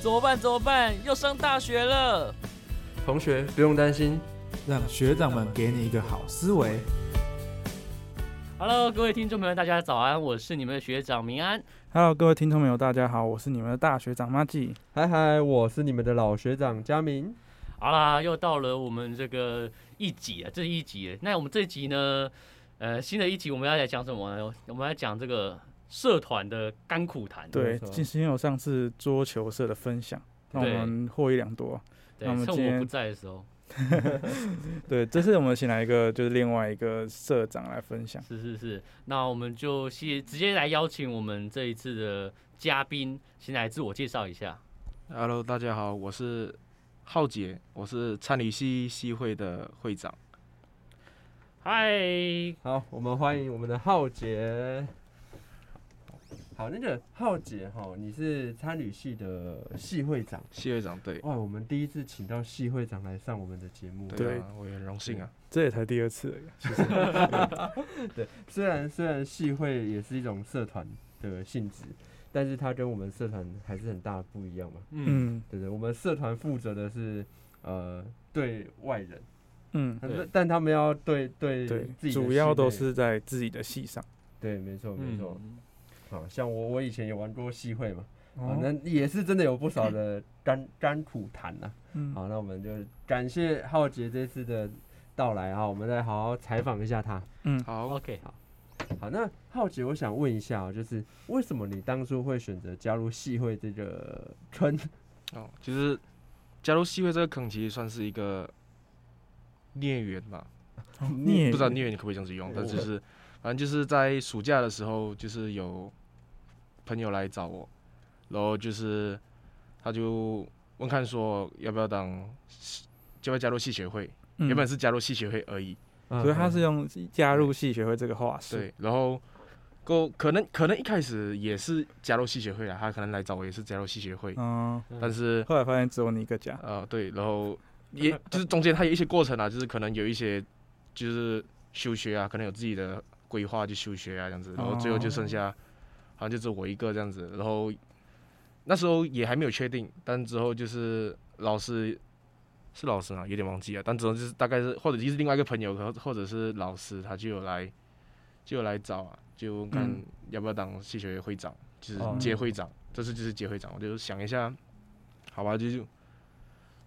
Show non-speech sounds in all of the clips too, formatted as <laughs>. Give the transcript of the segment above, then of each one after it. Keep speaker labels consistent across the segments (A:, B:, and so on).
A: 怎么办？怎么办？要上大学了！
B: 同学不用担心，
C: 让学长们给你一个好思维。
A: Hello，各位听众朋友，大家早安，我是你们的学长明安。
D: Hello，各位听众朋友，大家好，我是你们的大学长马季。
B: 嗨嗨，我是你们的老学长佳明。
A: 好啦，又到了我们这个一集啊，这一集了。那我们这集呢，呃，新的一集我们要来讲什么呢？我们要讲这个社团的甘苦谈。
D: 对，
B: 没错
D: 今天有上次桌球社的分享，让我们获益良多。
A: 对
D: 那我，们
A: 趁
D: 今
A: 我
D: 天
A: 不在的时候，
D: 对，这次我们请来一个就是另外一个社长来分享。
A: 是是是。那我们就先直接来邀请我们这一次的嘉宾，先来自我介绍一下。
E: Hello，大家好，我是浩杰，我是参旅系系会的会长。
A: 嗨，
B: 好，我们欢迎我们的浩杰。好，那个浩杰哈，你是参旅系的系会长。
E: 系会长，对，
B: 哇，我们第一次请到系会长来上我们的节目。
E: 对啊，我也很荣幸啊。
D: 这也才第二次而已，
B: 对，虽然虽然系会也是一种社团的性质，但是它跟我们社团还是很大的不一样嘛。
A: 嗯，
D: 嗯
B: 对不对，我们社团负责的是呃对外人，
D: 嗯，
A: 对
B: 但他们要对对
D: 对
B: 自己，的
D: 主要
B: 系
D: 都
B: 内
D: 是在自己的系上。
B: 对，没错没错。
A: 嗯
B: 好像我我以前也玩过系会嘛，啊
D: 哦，
B: 那也是真的有不少的甘甘苦谈呐、
D: 嗯，
B: 好，那我们就感谢浩杰这次的到来啊，我们再好好采访一下他。
D: 嗯
E: 嗯好，
A: ，OK，
B: 好，那浩杰，我想问一下、哦，就是为什么你当初会选择加入系会这个圈？
E: 哦，其实加入系会这个坑，其实算是一个孽缘吧，
D: 哦
B: 你
D: 孽
E: 不知道
D: 缘
E: 孽缘你可不可以这样子用，但
B: 我
E: 就是反正就是在暑假的时候，就是有朋友来找我，然后就是他就问看说要不要当，要不要加入系学会，
D: 嗯
E: 原本是加入系学会而已。
D: 所以他是用加入系学会这个话术。
E: 对，然后够可能可能一开始也是加入系学会啦，啊他可能来找我也是加入系学会，
D: 嗯，
E: 但是
D: 后来发现只有你一个家。
E: 呃对，然后也就是中间他有一些过程啊，就是可能有一些就是休学啊，可能有自己的规划去休学啊这样子，然后最后就剩下好像就只有我一个这样子，然后那时候也还没有确定，但之后就是老师。是老师啊，有点忘记了，但之后就是大概是，或者就是另外一个朋友，或或者是老师，他就有来，就有来找啊，就看
D: 嗯
E: 要不要当系学会会长，就是
B: 哦
E: 接会长，这次就是接会长，我就想一下，好吧，就就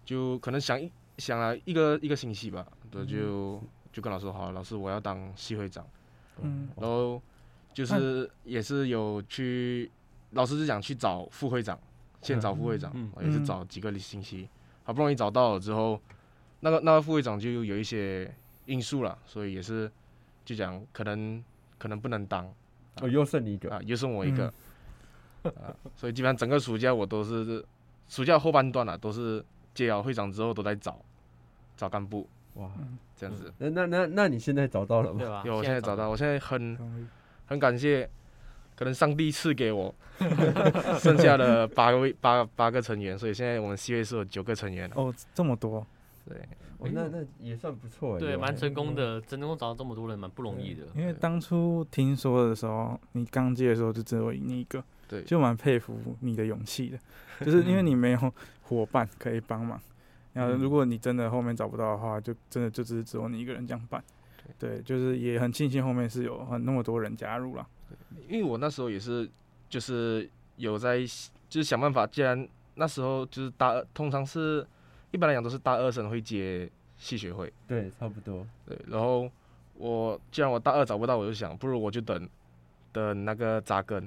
E: 就可能想一想了一个一个星期吧，
A: 嗯
E: 对，就就跟老师说，好，老师我要当系会长，
D: 嗯，
A: 哦
B: 哦
E: 然后就是也是有去，老师是想去找副会长，先找副会长，
A: 嗯
E: 也是找几个星期，好不容易找到了之后，那个那个副会长就有一些因素了，所以也是就讲可能可能不能当
B: 哦，又剩你一个，
E: 啊，又剩我一个、 <laughs> 啊，所以基本上整个暑假我都是暑假后半段啊，都是接了会长之后都在找找干部
B: 哇，
E: 这样子。
B: 那那那那你现在找到了吗
A: 对？吧？
E: 有，我啊现在找到，我现在很
D: 终于
E: 很感谢，可能上帝赐给我剩下的八个位八八个成员，所以现在我们系会是有九个成员了。
D: 哦，这么多，
E: 对，
B: 哦，那那也算不错哎，
A: 对，蛮
B: 成
A: 成功的，成功找到这么多人，蛮不容易的。
D: 因为当初听说的时候，你刚接的时候就只有你一个，
E: 对
D: 就蛮佩服你的勇
E: <laughs>
D: 气的，就是因为你没有伙伴可以帮忙。然
E: 嗯
D: 后，如果你真的后面找不到的话，就真的就只是只有你一个人这样办。对，就是也很庆幸后面是有很那么多人加入了。
E: 因为我那时候也是就是有在就是想办法，既然那时候就是大二，通常是一般来讲都是大二生会接系学会。
B: 对，差不多。
E: 对，然后我既然我大二找不到，我就想，不如我就等等那个扎根，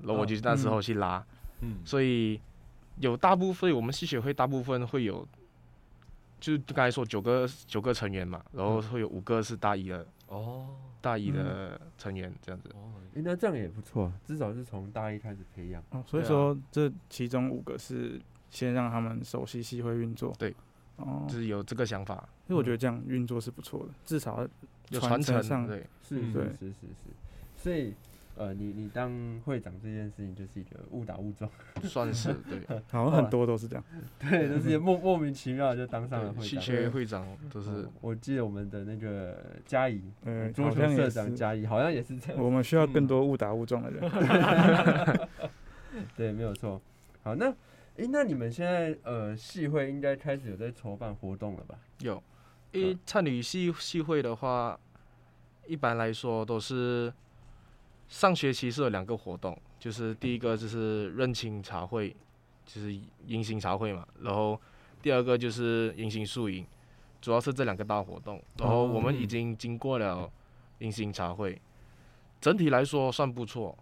E: 然后我就那时候去拉。
A: 嗯
E: 所以有大部分我们系学会大部分会有，就是刚才说九个九个成员嘛，然后会有五个是大一的
A: 哦，
E: 大一的成员这样子。
A: 哦
B: 哎，那这样也不错啊，至少是从大一开始培养。
D: 哦，所以
E: 对啊
D: 说这其中五个是先让他们熟悉系会运作。
E: 对，
D: 哦，
E: 就是有这个想法，
D: 所以我觉得这样运作是不错的，至少
E: 有
D: 传
E: 传
D: 承
E: 承，
D: 上
E: 对，
B: 是
A: 嗯
B: 是
D: 对
B: 是是是，所以呃，你你当会长这件事情就是一个误打误撞，
E: 算是对。
D: 好像很多都是这样。呃
B: 对，就是莫莫名其妙就当上了
E: 对
B: 会
E: 系
B: 长。
E: 学会长都是
B: 嗯我记得我们的那个嘉怡，
D: 呃，
B: 桌
D: 好
B: 球
D: 像
B: 社
D: 也
B: 长
D: 是。
B: 嘉怡好像也是这样，
D: <laughs> 我们需
E: 嗯
D: 啊
B: <laughs>
D: 要
E: <laughs>
D: 更多误打误撞的人。
B: 对，没有错。好，那哎、那你们现在呃系会应该开始有在筹办活动了吧？
E: 有，因为参与系系会的话，一般来说都是上学期是有两个活动，就是第一个就是认亲茶会，就是迎新茶会嘛，然后第二个就是迎新宿营，主要是这两个大活动。然后我们已经经过了迎新茶会，整体来说算不错。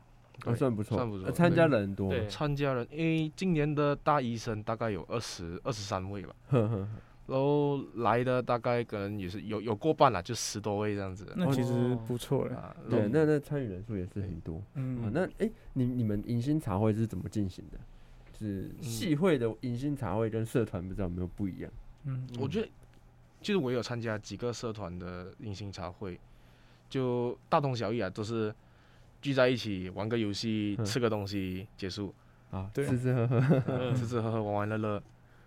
B: 哦、
E: 对
B: 算不错，
E: 算不错
B: 呃参、加人很多 <laughs> 吗，
A: 对
E: 参加人，因为今年的大一生大概有二十二十三位吧。
B: 呵呵呵
E: 然后来的大概可能也是有有过半了，就十多位这样子
D: 那其实
A: 哦
D: 不错了。
E: 啊。然
B: 对，
E: 后
B: 那那参与人数也是很多。哦
D: 嗯，
B: 那哎、诶你你们迎新茶会是怎么进行的？是系会的迎新茶会跟社团不知道有没有不一样？
D: 嗯，
E: 我觉得，就是我有参加几个社团的迎新茶会，就大同小异啊，都是聚在一起玩个游戏
B: 嗯、
E: 吃个东西结束，
B: 啊，
D: 对
B: 吃吃喝喝。
A: 嗯
E: 吃吃喝喝、玩玩乐乐。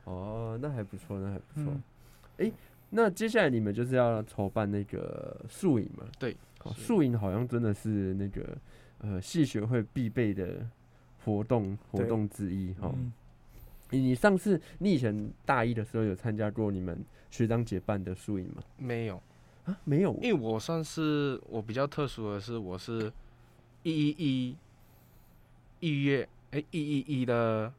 B: 哦，那还不错，那还不错。
D: 嗯
B: 那接下来你们就是要筹办那个宿营嘛？
E: 对
B: 哦，
E: 是
B: 宿营好像真的是那个呃系学会必备的活动活
D: 对
B: 动之一哈、哦
D: 嗯
B: 你你上次你以前大一的时候有参加过你们学长姐办的宿营吗？
E: 没有，
B: 啊，没 <laughs> 有，
E: 因为我算是我比较特殊的是，我是一一一一月哎一一一的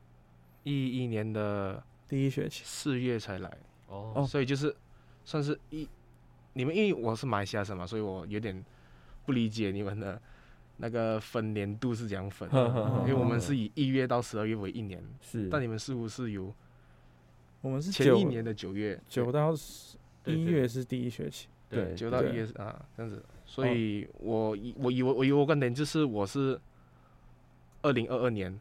E: 一一年的
D: 第一学期，
E: 四月才来。
A: 哦，
E: 所以就是算是一，你们因为我是马来西亚生嘛，所以我有点不理解你们的那个分年度是怎样分的，因为我们是以一月到十二月为一年，
B: 是，
E: 但你们似乎是由
D: 我们是
E: 前
D: 九
E: 一年的九月
D: 九到十
A: 对
D: 一
A: 对
D: 月是第一学期，
B: 对哦
E: 九到
D: 对
E: 一月啊这样子，所以我以我以我我以我观点就是我是二零二二年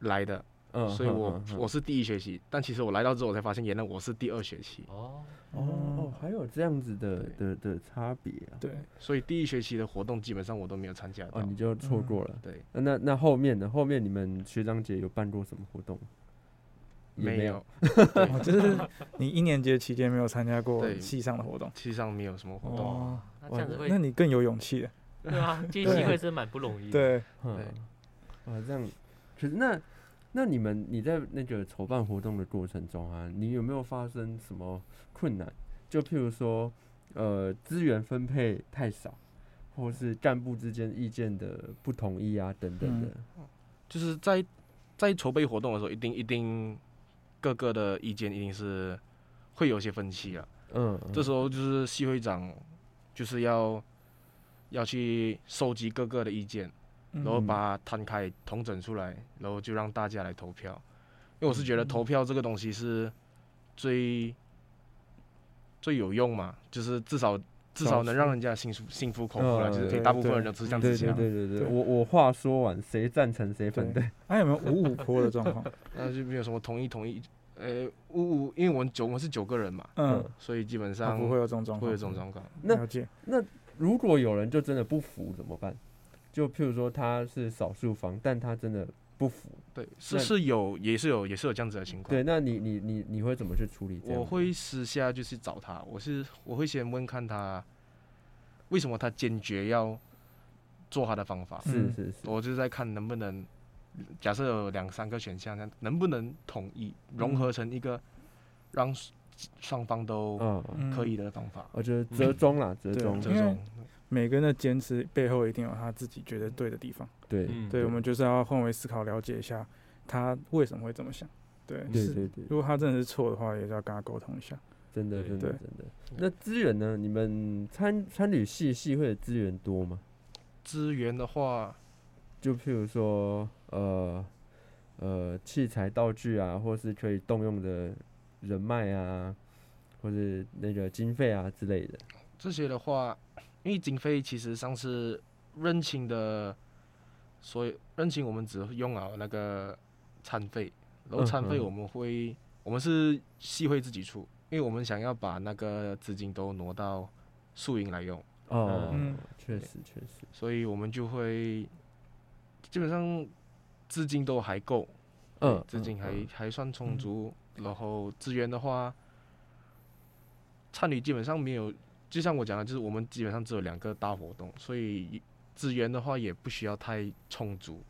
E: 来的，
B: 嗯
E: 所以
B: 哼
E: 我
B: 哼哼
E: 我是第一学期，但其实我来到之后我才发现，原来我是第二学期。
A: 哦，
B: 哦，还有这样子的
E: 对
B: 的的差别啊！
D: 对，
E: 所以第一学期的活动基本上我都没有参加到。
B: 哦，你就错过了。
E: 啊对，
B: 那那那后面呢？后面你们学长姐有办过什么活动？也
E: 没
B: 有
E: 有，
D: 哦，就是你一年级的期间没有参加过
E: 对
D: 系上的活动，
E: 其实上没有什么活动。
D: 哦，
A: 那这样子
D: 哇
A: 会
D: 那你更有勇气了，
A: 对啊，接机会真蛮不容易的。
D: 对，
B: 嗯
E: 对，
B: 哇，这样，可是那那你们你在那个筹办活动的过程中啊，你有没有发生什么困难？就譬如说，呃，资源分配太少，或是干部之间意见的不统一啊，等等的。
E: 就是在在筹备活动的时候，一定一定各个的意见一定是会有些分歧啊。
B: 嗯，
E: 这时候就是系会长就是要要去收集各个的意见，
D: 然
E: 然后把它摊开统整出来，然后就让大家来投票。因为我是觉得投票这个东西是最最有用嘛，就是至少至
B: 少
E: 少能
B: 数
E: 让人家心服心服口服了，
B: 嗯
E: 就是
D: 对
E: 诶大部分
D: 对
E: 人都是这样
B: 对
E: 子
B: 对
E: 想。
B: 对对对，
D: 对
B: 我我话说完，谁赞成谁反
D: 对啊
B: 对？ <laughs>
D: 还有没有五五坡的状
E: <laughs>
D: 况？
E: 那就没有什么同意同意，呃，五五，因为我们九我们是九个人嘛，
D: 嗯，
E: 所以基本
D: 啊
E: 上
D: 不会有这种状
E: 不
D: 况，
E: 会有这种状况。
B: 那
D: 了解，
B: 如果有人就真的不服怎么办？就譬如说他是少数方，但他真的不服，
E: 对，是
B: 那
E: 是有也是有也是有这样子的情况。
B: 对，那你你你你会怎么去处理这样？
E: 我会私下就去找他，我是我会先问看他为什么他坚决要做他的方法，
B: 是
D: 嗯
B: 是是，
E: 我就是在看能不能，假设有两三个选项，能不能统一融合成一个让双方都
B: 嗯，
D: 嗯
E: 可以的方法。
B: 我觉得折中啦，折
D: 对
B: 中，嗯
E: 这
D: 因为
E: 种
D: 每个人的坚持背后一定有他自己觉得对的地方。
B: 对
A: 嗯
D: 对，我们就是要换位思考，了解一下他为什么会这么想。对，
B: 对
D: 是
B: 对对，
D: 如果他真的是错的话，也是要跟他沟通一下。
B: 真的
A: 对
B: 真的
D: 对
B: 真的。那资源呢？你们参参旅系系会的资源多吗？
E: 资源的话，
B: 就譬如说，呃呃，器材道具啊，或是可以动用的人脉啊，或是那个经费啊之类的。
E: 这些的话，因为经费其实上次认清的，所以认清我们只用了那个餐费，然后
B: 嗯
E: 餐费
B: 嗯
E: 我们会、我们是系会自己出，因为我们想要把那个资金都挪到宿营来用，
B: 哦
D: 嗯，
B: 确实确实。
E: 所以我们就会基本上资金都还够，
B: 嗯，
E: 资
B: 嗯
E: 金还、
B: 嗯
E: 还算充
D: 嗯
E: 足，然后资源的话，参与基本上没有，就像我讲的，就是我们基本上只有两个大活动，所以资源的话也不需要太充足。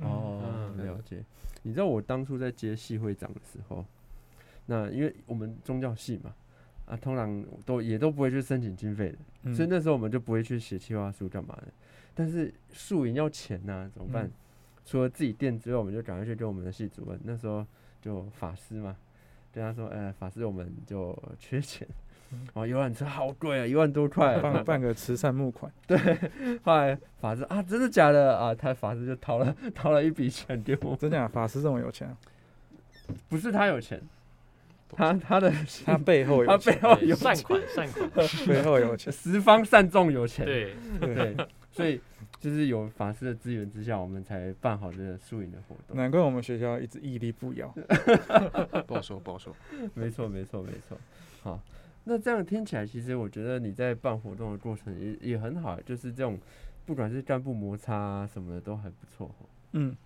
B: 哦，
E: 对
B: 了解。你知道我当初在接系会长的时候，那因为我们宗教系嘛，啊，通常都也都不会去申请经费的，
D: 嗯
B: 所以那时候我们就不会去写计划书干嘛的。但是宿营要钱呐、怎么办？
D: 嗯
B: 除了自己垫之外，我们就赶快去跟我们的系主任，那时候就法师嘛，跟他说，呃，法师我们就缺钱，
D: 嗯
B: 然后游览车好贵啊，一万多块啊、
D: 办
B: <laughs>
D: 办个慈善募款，
B: 后来法师啊，真的假的啊？他法师就掏了 <laughs> 掏了一笔钱给我，
D: 真假法师这么有钱啊，
B: 不是他有钱，他他的
D: <laughs> 他背后
B: 他
D: 有
B: 背
D: 钱，
B: 后
A: 对
B: 哦有
A: 善款善款，
D: <laughs> 背后有钱，
B: 十方善众有钱，
A: 对，
D: 对，
B: <laughs> 对，所以就是有法师的资源之下，我们才办好这个宿营的活动。
D: 难怪我们学校一直屹立不摇。
E: 不好说，不好说。
B: 没错，没错，没错。好，那这样听起来，其实我觉得你在办活动的过程也也很好，就是这种不管是干部摩擦、啊、什么的都还不错哦。
D: 嗯，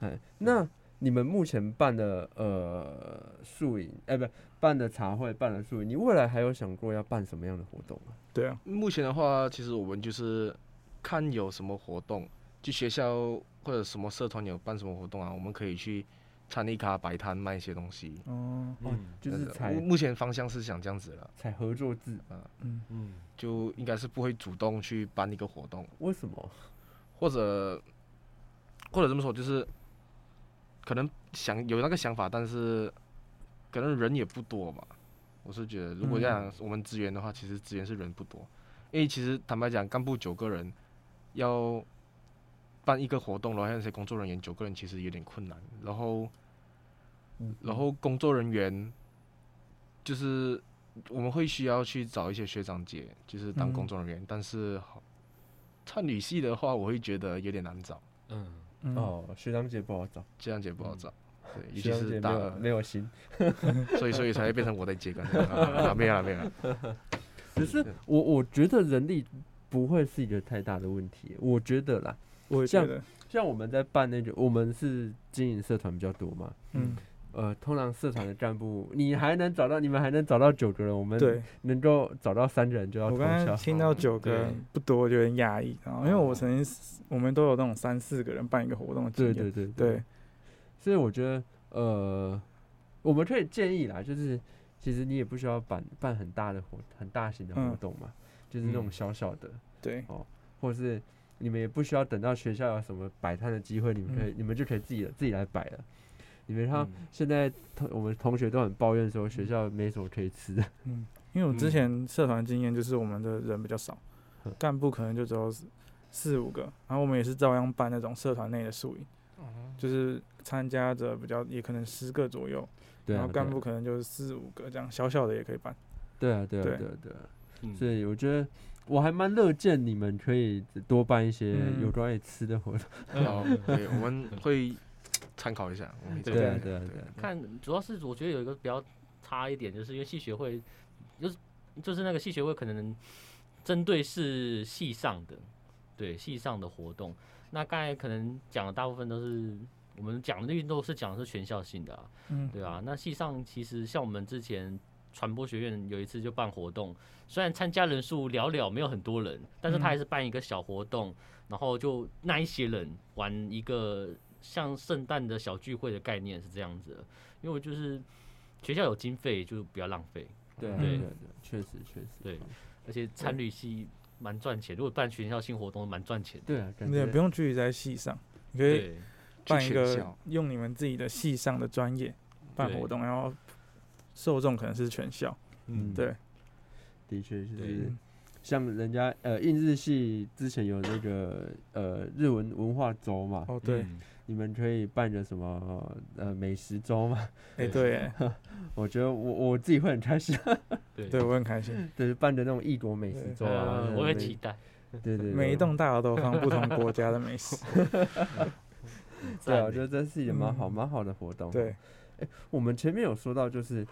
B: 哎，那你们目前办的呃宿营，哎、不，办的茶会，办的宿营，你未来还有想过要办什么样的活动吗？
D: 对啊，
E: 目前的话，其实我们就是看有什么活动，就学校或者什么社团有办什么活动啊，我们可以去参一咖摆摊卖一些东西。
D: 哦，
A: 嗯
B: 就是
E: 但目
B: 采
E: 目前方向是想这样子了，
B: 采合作制，
D: 嗯，
A: 嗯，
E: 就应该是不会主动去办一个活动，
B: 为什么？
E: 或者或者这么说，就是可能想有那个想法，但是可能人也不多吧。我是觉得，如果
D: 嗯
E: 这样我们资源的话，其实资源是人不多，因为其实坦白讲，干部九个人要办一个活动，然后还有那些工作人员九个人，其实有点困难。然后
B: 嗯
E: 然后工作人员就是我们会需要去找一些学长姐，就是当工
D: 嗯
E: 作人员，但是好唱女系的话，我会觉得有点难找，
A: 嗯，
D: 嗯，
B: 哦，学长姐不好找，
E: 这样姐不好
A: 嗯
E: 找，对，尤
B: 学
E: 其
B: 长
E: 是
B: 姐
E: 大
B: 没有没
E: 二，
B: 有心。
E: 所以所以才会变成我在
B: <laughs>
E: 接干啊，没有了没有了，
B: 只是我我觉得人力不会是一个太大的问题，我觉得啦。
D: 我也觉得，
B: 像我们在办那个，我们是经营社团比较多嘛，
D: 嗯，
B: 呃，通常社团的干部，你还能找到，你们还能找到九个人，我们
D: 对
B: 能够找到三个人嗯就要
D: 我
B: 偷
D: 刚才
B: 笑。
D: 听到九个
A: 对
D: 人不多，就有点压抑，然后因为
B: 哦
D: 我曾经是我们都有那种三四个人办一个活动的经
B: 对
D: 验，
B: 对对
D: 对，
B: 所以我觉得，呃，我们可以建议啦，就是其实你也不需要办办很大的活、很大型的活
D: 嗯
B: 动嘛，就是那种
A: 嗯
B: 小小的，
D: 对，
B: 或是你们也不需要等到学校有什么摆摊的机会，你们可以、你们就可以自己自己来摆了。你们看，
A: 嗯
B: 现在同我们同学都很抱怨说学校没什么可以吃的，
D: 嗯，因为我之
A: 嗯
D: 前社团经验就是我们的人比较少，干部可能就只有四四五个，然后我们也是照样办那种社团内的宿营，就是参加者比较也可能十个左右，
B: 对
D: 然
B: 啊，
D: 后干
B: 对啊
D: 部可能就是四五个这样，小小的也可以办，
B: 对啊，对啊，
D: 对
B: 对啊，对啊。
A: 嗯
B: 所以我觉得我还蛮乐见你们可以多办一些
D: 嗯
B: 有关于吃的活动。
E: 然后哦对，我们会参考一下，我们会
A: 对
E: 参
B: 对
E: 考
B: 啊
E: 一，下
B: 对啊，对啊。
A: 看，主要是我觉得有一个比较差一点，就是因为系学会，就是就是那个系学会可能针对是系上的，对系上的活动。那刚才可能讲的大部分都是我们讲的运动是讲的是全校性的、啊，
D: 嗯，
A: 对啊。那系上其实像我们之前传播学院有一次就办活动，虽然参加人数寥寥，没有很多人，但是他
D: 嗯
A: 还是办一个小活动，然后就那一些人玩一个像圣诞的小聚会的概念是这样子的。因为我就是学校有经费，就不要浪费，
B: 对啊，对
D: 对
B: 啊，对啊，确实确实，
A: 对而且参旅系蛮赚钱，如果办全校性活动蛮赚钱的。
B: 对啊，感
D: 你也
B: 觉
D: 不用聚集在系上，你可以
A: 对，
E: 去
D: 办一
E: 全
D: 个
E: 校，
D: 用你们自己的系上的专业办
A: 对
D: 活动，然后受众可能是全校，
B: 嗯，
D: 对，
B: 的确就是
A: 对
B: 像人家呃印日系之前有那个呃日文文化周嘛，
D: 哦对，
A: 嗯
B: 你们可以办个什么
D: 嗯
B: 呃美食周
D: <laughs>
B: 嘛？
A: 对
D: 哎对哎，
B: 我觉得我我自己会很开
D: <laughs>
B: 心，
A: 对
D: 对，我很开心，
B: 就是办的那种异国美食
D: 对
B: 周啊
A: 呃，我会
B: 每
A: 期待。
B: 对对对，
D: 每一栋大楼都放不同国家的美食，
B: 对啊，
A: 赞
B: 我觉得这是一个蛮好
D: 嗯
B: 蛮好的活动。啊
D: 对，
B: 我们前面有说到，就是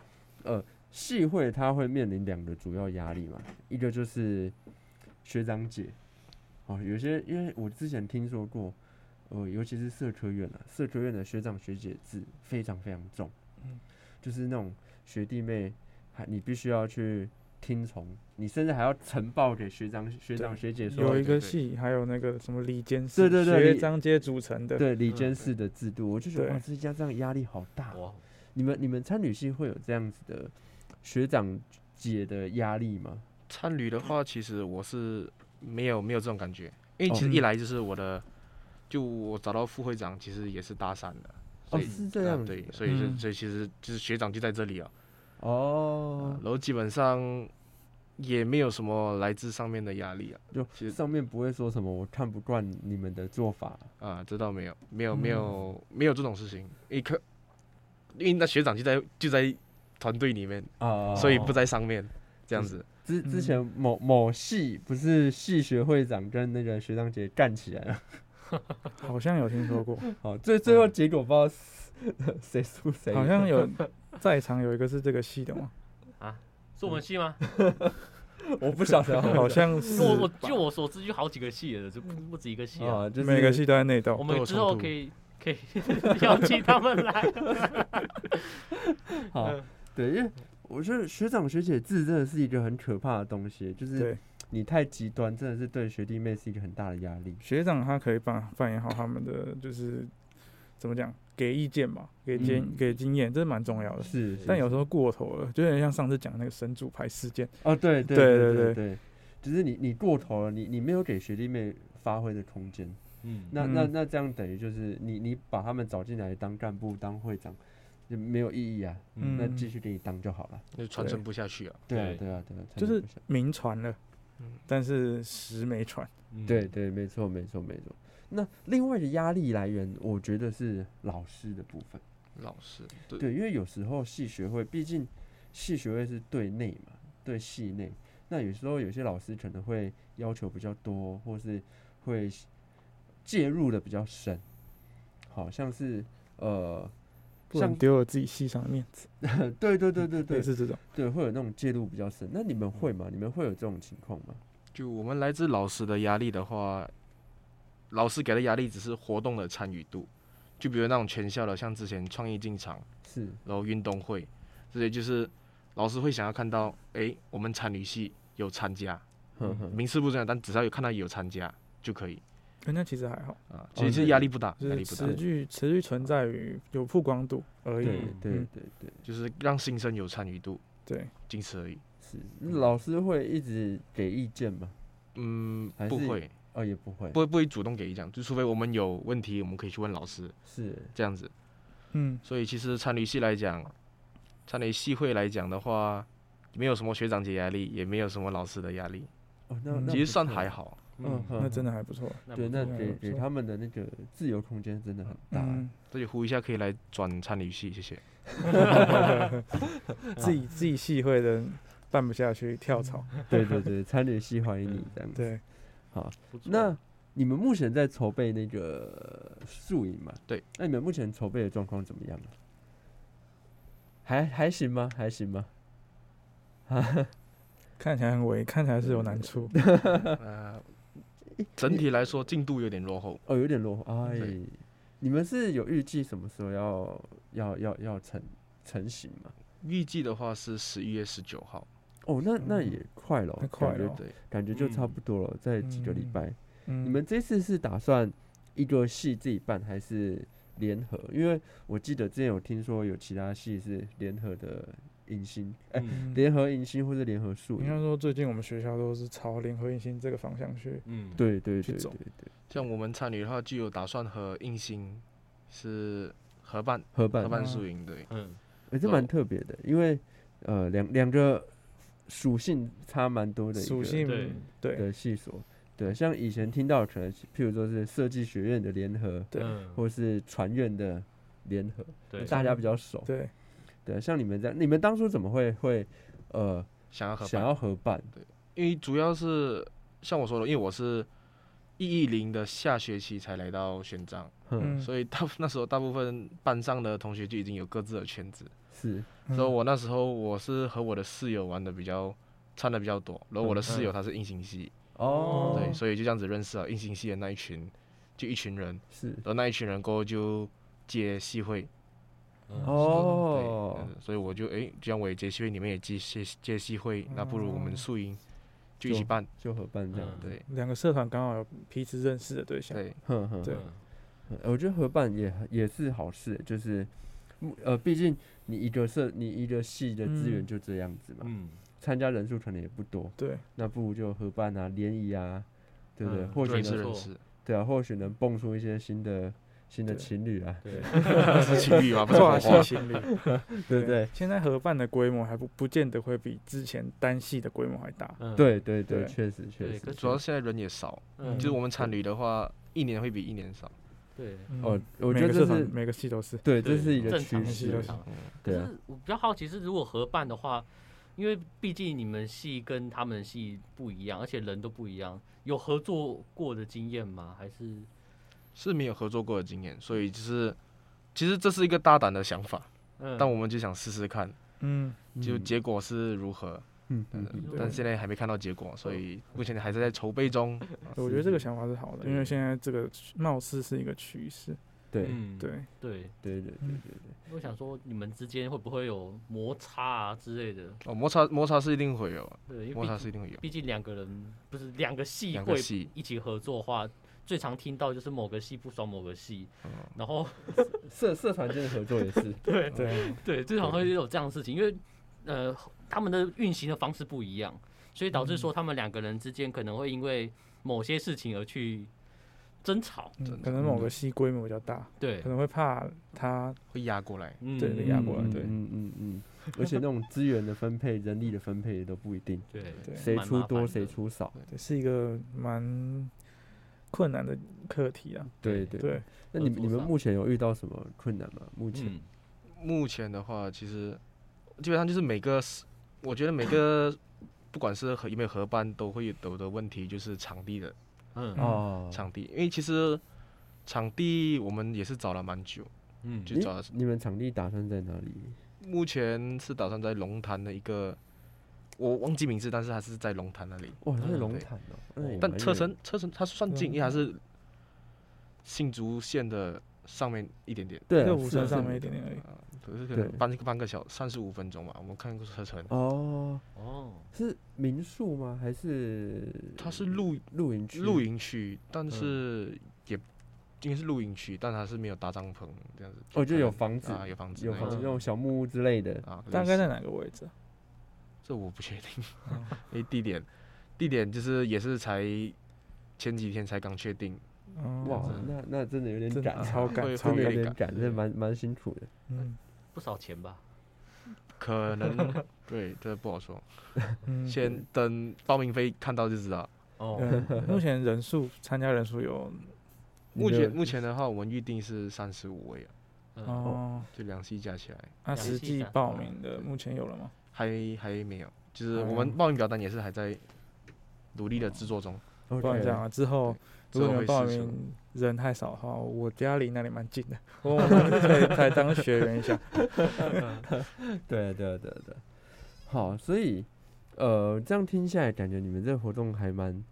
B: 呃，系会它会面临两个主要压力嘛，一个就是学长姐，哦，有些因为我之前听说过，呃，尤其是社科院啊，社科院的学长学姐制非常非常重，
D: 嗯
B: 就是那种学弟妹，还你必须要去听从，你甚至还要呈报给学长、学长、
D: 对
B: 学姐说
D: 有，一
E: 对对
D: 个系，还有那个什么李监事，
B: 对对对
D: 学
B: 李
D: 长街组成的，
B: 对里
E: 嗯
B: 监
E: 对
B: 事的制度，我就觉得
D: 对
B: 哇，这家这样压力好大。哦
A: 哇，
B: 你们你们参旅系会有这样子的学长姐的压力吗？
E: 参旅的话，其实我是没有没有这种感觉，因为
B: 嗯哦
E: 其实一
D: 嗯
E: 来就是我的，就我找到副会长，其实也是搭讪的，所
B: 哦，
E: 以、
B: 是这样
E: 啊、
B: 子
E: 对，
B: 的
E: 所以就
D: 嗯
E: 所以其实就是学长就在这里了，
B: 哦，
E: 然后基本上也没有什么来自上面的压力啊，其
B: 就
E: 实
B: 上面不会说什么我看不惯你们的做法，
E: 啊，这倒没有，没
B: 嗯
E: 有没有没有这种事情，一可因为那学长就在就在团队里面，
B: 啊，
E: 所以不在上面，这样子，
B: 之
D: 嗯
B: 之前某某系不是系学会长跟那个学长姐干起来了，
E: <laughs>
D: 好像有听说过，
B: 好，最最
E: 嗯
B: 后结果不知道是谁输谁赢，
D: 好
B: <laughs>
D: 像有在场有一个是这个系的嘛，
A: 是我们系吗？
B: 我不晓得，哦
E: <laughs>
D: 好像是
A: 我我就我所知，就好几个系了，就不不止一个系啊。
B: 啊，就是
D: 每个系都在内斗
A: 我，
E: 都
A: 们
E: 有
A: 之
E: 冲
A: 后
E: 突
A: 可以可以 <laughs> 邀请他们来。
E: 嗯
B: 好，哦对，因为我觉得学长学姐制真的是一个很可怕的东西，就是
D: 对，
B: 你太极端，真的是对学弟妹是一个很大的压力。
D: 学长他可以扮扮演好他们的就是怎么讲，给意见嘛，给经
B: 嗯
D: 给经验，这是蛮重要的。
B: 是，
D: 但
B: 是
D: 有时候过头了，就有点像上次讲那个神主牌事件，
B: 哦，对对
D: 对
B: 对
D: 对
B: 对
D: 对
B: 就是你你过头了，你你没有给学弟妹发挥的空间。
A: 嗯，
B: 那那
D: 嗯
B: 那这样等于就是你你把他们找进来当干部当会长，就没有意义啊。
D: 嗯
B: 那继续给你当就好了。
E: 就传
D: 对
E: 承不下去啊。
B: 对啊
A: 对
B: 对啊对啊，才
D: 就
B: 能
D: 是
B: 不想
D: 名传了
E: 嗯，
D: 但是实没传。
A: 嗯
B: 对，对，没错没错没错。那另外的压力来源，我觉得是老师的部分。
E: 老师，对，
B: 对，因为有时候系学会，毕竟系学会是对内嘛，对系内。那有时候有些老师可能会要求比较多，或是会介入的比较深，好像是呃，
D: 不
B: 像
D: 能丢了自己系上的面子，
B: 对对对对对
D: 类似这种。
B: 对，会有那种介入比较深。那你们会吗？你们会有这种情况吗？
E: 就我们来自老师的压力的话，老师给的压力只是活动的参与度，就比如那种全校的，像之前创意进场，
B: 是
E: 然后运动会这些，就是老师会想要看到，诶，我们参旅系有参加，
B: 呵呵，
E: 名次不重要，但只要有看到有参加就可以
D: 人家其实还好，
E: 啊。
B: 哦
E: 其实
B: 对
E: 压力不大，
D: 就
E: 压
D: 是
E: 力不大
D: 持，续持续存在于有曝光度
B: 对
D: 而已。
B: 对
D: 嗯
B: 对对，
E: 就是让新生有参与度，
D: 对，
E: 仅此而已。
B: 是。那老师会一直给意见吗？
E: 嗯
B: 还，
E: 不
B: 是
E: 会，
B: 哦，也不会，
E: 不会不会主动给意见，就除非我们有问题，我们可以去问老师
B: 是
E: 这样子。
D: 嗯，
E: 所以其实参旅系来讲，参旅系会来讲的话，没有什么学长姐压力，也没有什么老师的压力，
B: 哦，那
D: 嗯
B: 那
E: 其实
B: 不
E: 算
B: 错
E: 还，好。
B: 嗯，
A: 嗯，
B: 呵
D: 那
B: 呵
D: 真的还不错。
A: <laughs> 那
B: 对，
A: 不
B: 那
A: 错
D: 错
B: 给
D: 不
B: 给
D: 错
B: 他们的那个自由空间真的很大。
D: 嗯，
E: 这里呼一下，可以来转参旅系，谢谢。
B: <laughs>
D: 嗯 <laughs> 自己自己系会的办不下去，跳槽。
B: 对对对，参旅系欢迎你这样子。
D: 对，
A: 不错
B: 那你们目前在筹备那个宿营嘛？
E: 对。
B: 那你们目前筹备的状况怎么样啊？还还行吗？还行吗？
D: 看起来很违，看起来是有难处。
E: 呃，整体来说进度有点落后，
B: 哦，有点落后。哎
E: 对，
B: 你们是有预计什么时候要要要要成成型吗？
E: 预计的话是十一月十九号。
B: 哦，那那
D: 嗯
B: 也快了哦，
D: 那快
B: 感觉
D: 了哦
E: 对，
B: 感觉就差
A: 嗯
B: 不多了，在几个礼
D: 嗯
B: 拜。
D: 嗯，
B: 你们这次是打算一个系自己办，还是联合？因为我记得之前有听说有其他系是联合的迎新，哎、
A: 嗯
D: 嗯
B: 联合迎新或者联合宿
D: 应该
B: 营。
D: 说最近我们学校都是朝联合运行这个方向去。
A: 嗯，
B: 对对
D: 去
B: 对对
D: 走
B: 对，
E: 像我们参旅的话，就有打算和应兴是合办
B: 合办
E: 合办
D: 嗯
E: 宿营，对，
A: 嗯，
B: 哎、这蛮特别的，因为呃两两个属性差蛮多的一
D: 属
B: 个
D: 性
A: 对
D: 对
B: 的系所。对，像以前听到可能是，譬如说是设计学院的联合，
D: 对
A: 嗯
B: 或是传院的联合，
A: 对，嗯
B: 大家比较熟。
D: 对，
B: 对，像你们这样，你们当初怎么会会呃
E: 想要合
B: 想
E: 办，
B: 要合办？
E: 因为主要是像我说的，因为我是一一零的下学期才来到玄奘。
B: 嗯，
D: 嗯
E: 所以大那时候大部 <laughs> 分班上的同学就已经有各自的圈子，
B: 是
D: 嗯
E: 所以我那时候我是和我的室友玩的比较掺的比较多，然后我的
A: 嗯
E: 室友
A: 嗯
E: 他是硬形系，
B: 哦，
E: 对，所以就这样子认识了硬形系的那一群，就一群人，
B: 是
E: 然后那一群人过后就接系会，
A: 嗯
B: 哦
E: 对，嗯所以我就诶，既然我也接戏会，你们也接接接戏会，那不如我们宿营就一起办。
B: 就合办这样
A: 嗯
B: 子。
E: 对
D: 两个社团刚好有彼此认识的对象，
E: 对，
B: 哼哼，
D: 对
A: 嗯
B: 嗯我觉得合办也也是好事，欸就是目呃，毕竟你一个社你一个系的资源
D: 嗯
B: 就这样子嘛，
A: 嗯，
B: 参加人数可能也不多，
D: 对，
B: 那不如就合办啊、联谊啊，对不对？
A: 嗯
B: 或
A: 对
B: 许
A: 没是
E: 认识
B: 能
E: 认
A: 错
E: 识， <laughs>
B: 对啊，或许能蹦出一些新的新的
D: 对
B: 情侣啊，
A: 对，
E: 是情
D: <laughs>
E: 侣嘛，不是
D: 做好
E: 火
D: 系
E: 花。
D: 情侣，
B: 对不对？
D: 现在合办的规模还不不见得会比之前单系的规模还大，
A: 嗯，
B: 对对对，
D: 对
B: 确实确
A: 对，
B: 实
A: 可。
E: 主要现在人也少，
A: 嗯
E: 就是我们参旅的话，一年会比一年少。
A: 对，
B: 哦
D: 嗯，
B: 我觉
D: 每
B: 得
D: 个
B: 这
D: 社团
B: 是
D: 每个系都是，
B: 对，
A: 对
B: 这是一个
A: 正
B: 趋
A: 常
D: 是
B: 势
A: 正
D: 有，
A: 常。可
B: 对啊
A: 是，我比较好奇是，如果合办的话，因为毕竟你们系跟他们系不一样，而且人都不一样，有合作过的经验吗？还是
E: 是没有合作过的经验，所以就是其实这是一个大胆的想法，
A: 嗯，
E: 但我们就想试试看，
D: 嗯，
E: 就
B: 嗯
E: 结果是如何。
B: 嗯
E: 嗯
B: 嗯嗯
E: 但
D: 对
E: 现在还没看到结果，所以目前还是在筹备中。
B: 哦
D: 我觉得这个想法是好的，因为
A: 对
D: 现在这个貌似是一个趋势，
B: 对
A: 嗯，
D: 对，
A: 对，
B: 对对对对对。
A: 我想说你们之间会不会有摩擦啊之类的？
E: 哦，摩擦摩擦是一定会有，
A: 对，因
E: 摩
A: 为
E: 擦
A: 毕竟
E: 是一定会有。
A: 毕竟两个人不是两个系
E: 两
A: 会
E: 个系，
A: 一起合作的话，最常听到就是某个系不爽某个系，
E: 嗯
A: 然后 <laughs>
B: 社社团间的合作也 <laughs> 是，
A: 对
D: 对，
A: 对，最常会有这样的事情，因为呃，他们的运行的方式不一样，所以导致
E: 嗯
A: 说他们两个人之间可能会因为某些事情而去争吵。
D: 嗯
E: 真的
D: 可能某个系规模比较大，
A: 对
D: 可，能会怕他，
E: 会压过来。
A: 嗯，
D: 对压过来
B: 嗯
D: 对
B: 嗯嗯嗯，而且那种资源的分配、人力的分配都不一定，
A: 对
D: 对
B: 谁
A: 蛮
B: 出
A: 麻
B: 多
A: 烦
B: 谁
A: 的
B: 出少，
D: 对是一个蛮困难的课题啊，
B: 对
A: 对
B: 对。
D: 对，
B: 那你
A: 合
B: 们
A: 作
B: 你们
A: 上
B: 目前有遇到什么困难吗？目前，
A: 嗯，
E: 目前的话，其实基本上就是每个，我觉得每个不管是合有没有合办，都会有的问题就是场地的
A: 嗯
B: 哦，
E: 场地，因为其实场地我们也是找了蛮久，
A: 嗯
E: 就
B: 你
E: 找了
B: 你们场地打算在哪里？
E: 目前是打算在龙潭的一个，我忘记名字，但是它是在龙潭那里。
B: 哇，那
A: 嗯
B: 龙
E: 对
B: 潭哦，那也
E: 但
B: 蛮
E: 车
B: 远
E: 程车程它算近，
D: 嗯
E: 因为它是新竹县的上面一点点，
B: 对
D: 在
B: 啊
D: 五
B: 是啊
D: 山
B: 是
D: 上
B: 啊
D: 面一点点而已，
E: 可是可能
B: 对
E: 半个半个小三十五分钟吧。我们看过车程，
B: 哦，
A: 哦，
B: 是民宿吗？还是
E: 它是露
B: 露营区？
E: 露营区，但
B: 嗯
E: 是也应该是露营区，但它是没有搭帐篷这样子。
B: 哦，就有
E: 可
B: 房
E: 能
B: 子，
E: 啊，有房子，
B: 有
E: 那
B: 房子
E: 种
B: 那种小木屋之类的。
E: 啊，
D: 大
E: 类
D: 概
E: 似
D: 在哪个位置啊？
E: 这我不确定， <laughs> 因为地点地点就是也是才前几天才刚确定，
D: 嗯
B: 哇
A: 嗯，
B: 那那真的有点
D: 真
B: 赶
D: 的
B: 啊，
D: 超赶，
E: 会
D: 超
B: 真的有
E: 会
D: 赶，
B: 点
E: 赶
B: 赶，真的蛮蛮辛苦的。
D: 嗯
A: 不少钱吧？
E: 可能对，这不好说。
D: 嗯，
E: 先等报名费看到就知道。
A: 哦，
D: 嗯，目前人数参加人数有
B: 你
E: 目
B: 的
E: 前目前的话，我们预定是三十五位啊，
A: 嗯
D: 哦，
E: 就两期加起来
D: 那
A: 两
D: 实
A: 期
D: 际
A: 三
D: 报
E: 嗯
D: 名的
E: 对
D: 目前有了吗？
E: 还还没有，就是我
D: 嗯
E: 们报名表单也是还在努力的制作中。
D: 不然
B: OK，
D: 这样啊，之后如果
E: 之后
D: 你们
E: 会
D: 报
E: 试出
D: 名人太少的话，我家离那里蛮近的，我可以来当学员一下。
B: 对对对对，好，所以呃，这样听下来，感觉你们这个活动还蛮